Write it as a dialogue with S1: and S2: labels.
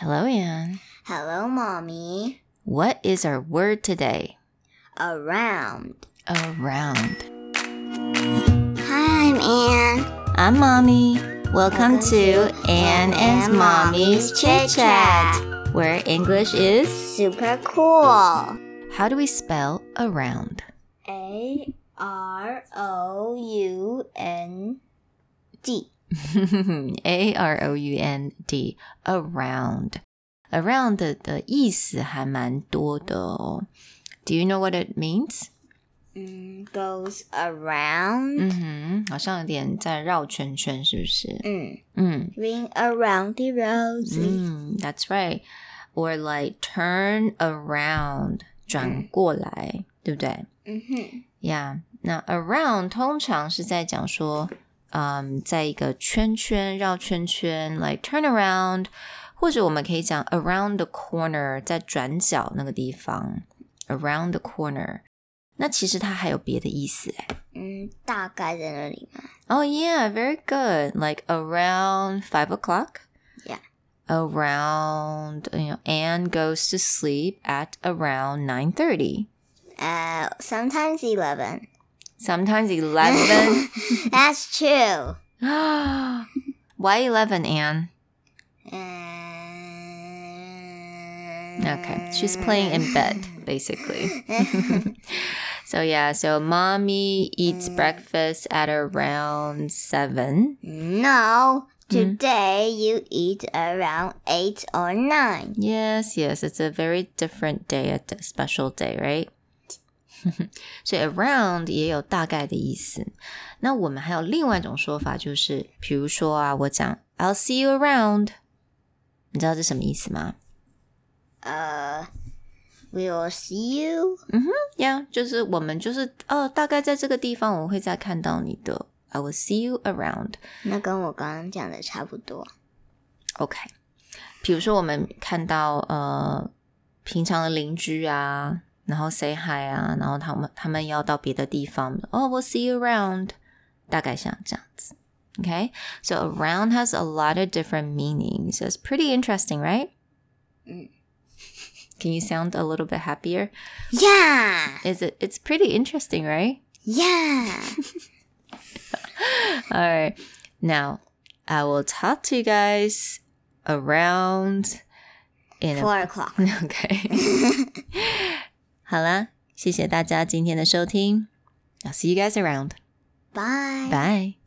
S1: Hello, Anne.
S2: Hello, mommy.
S1: What is our word today?
S2: Around.
S1: Around.
S2: Hi, I'm Anne.
S1: I'm Mommy. Welcome,
S2: Welcome
S1: to
S2: to
S1: Anne
S2: Anne
S1: and
S2: and
S1: Mommy's
S2: Mommy's
S1: Chit
S2: Chit
S1: Chat, where English is.
S2: Super cool.
S1: How do we spell around?
S2: A R O U N D.
S1: A R O U N D around. Around 的意思还蛮多的哦。Do you know what it means?
S2: Mm, goes
S1: Mm. Mm-hmm.
S2: around.
S1: 嗯哼，好像有点在绕圈圈，是不是？
S2: Mm.
S1: 嗯。
S2: Ring around the rosy.
S1: Mm, that's right. Or like turn around, 转过来，
S2: Mm-hmm.
S1: 对不对？Yeah，那 around 通常是在讲说，嗯，在一个圈圈绕圈圈，like turn around，或者我们可以讲 around the corner，在转角那个地方，around the corner。那其实它还有别的意思哎。
S2: Mm, 大概在那里嘛。
S1: Oh yeah, very good. Like around five o'clock.
S2: Yeah.
S1: Around you know, Anne goes to sleep at around nine thirty.
S2: Uh, sometimes 11.
S1: Sometimes eleven.
S2: That's true.
S1: Why eleven, Anne? Okay, she's playing in bed basically. so yeah, so mommy eats breakfast at around seven.
S2: No, today you eat around 8 or 9.
S1: Yes, yes, it's a very different day, a d- special day, right? 所以 around 也有大概的意思。那我们还有另外一种说法，就是比如说啊，我讲 I'll see you around，你知道这什么意思吗？
S2: Uh, we will see you.
S1: 呀、yeah,，就是我们就是哦，大概在这个地方我会再看到你的。I will see you around。
S2: 那跟我刚刚讲的差不多。
S1: OK，比如说我们看到呃平常的邻居啊，然后 say hi 啊，然后他们他们要到别的地方，哦、oh,，we'll see you around，大概像这样子。OK，so、around has a lot of different meanings. It's pretty interesting, right? Can you sound a little bit happier?
S2: Yeah,
S1: Is it? It's pretty interesting, right?
S2: yeah.
S1: All right. Now, I will talk to you guys around in a
S2: Four o'clock.
S1: OK，好啦，谢谢大家今天的收听。I'll see you guys around.
S2: Bye.
S1: Bye.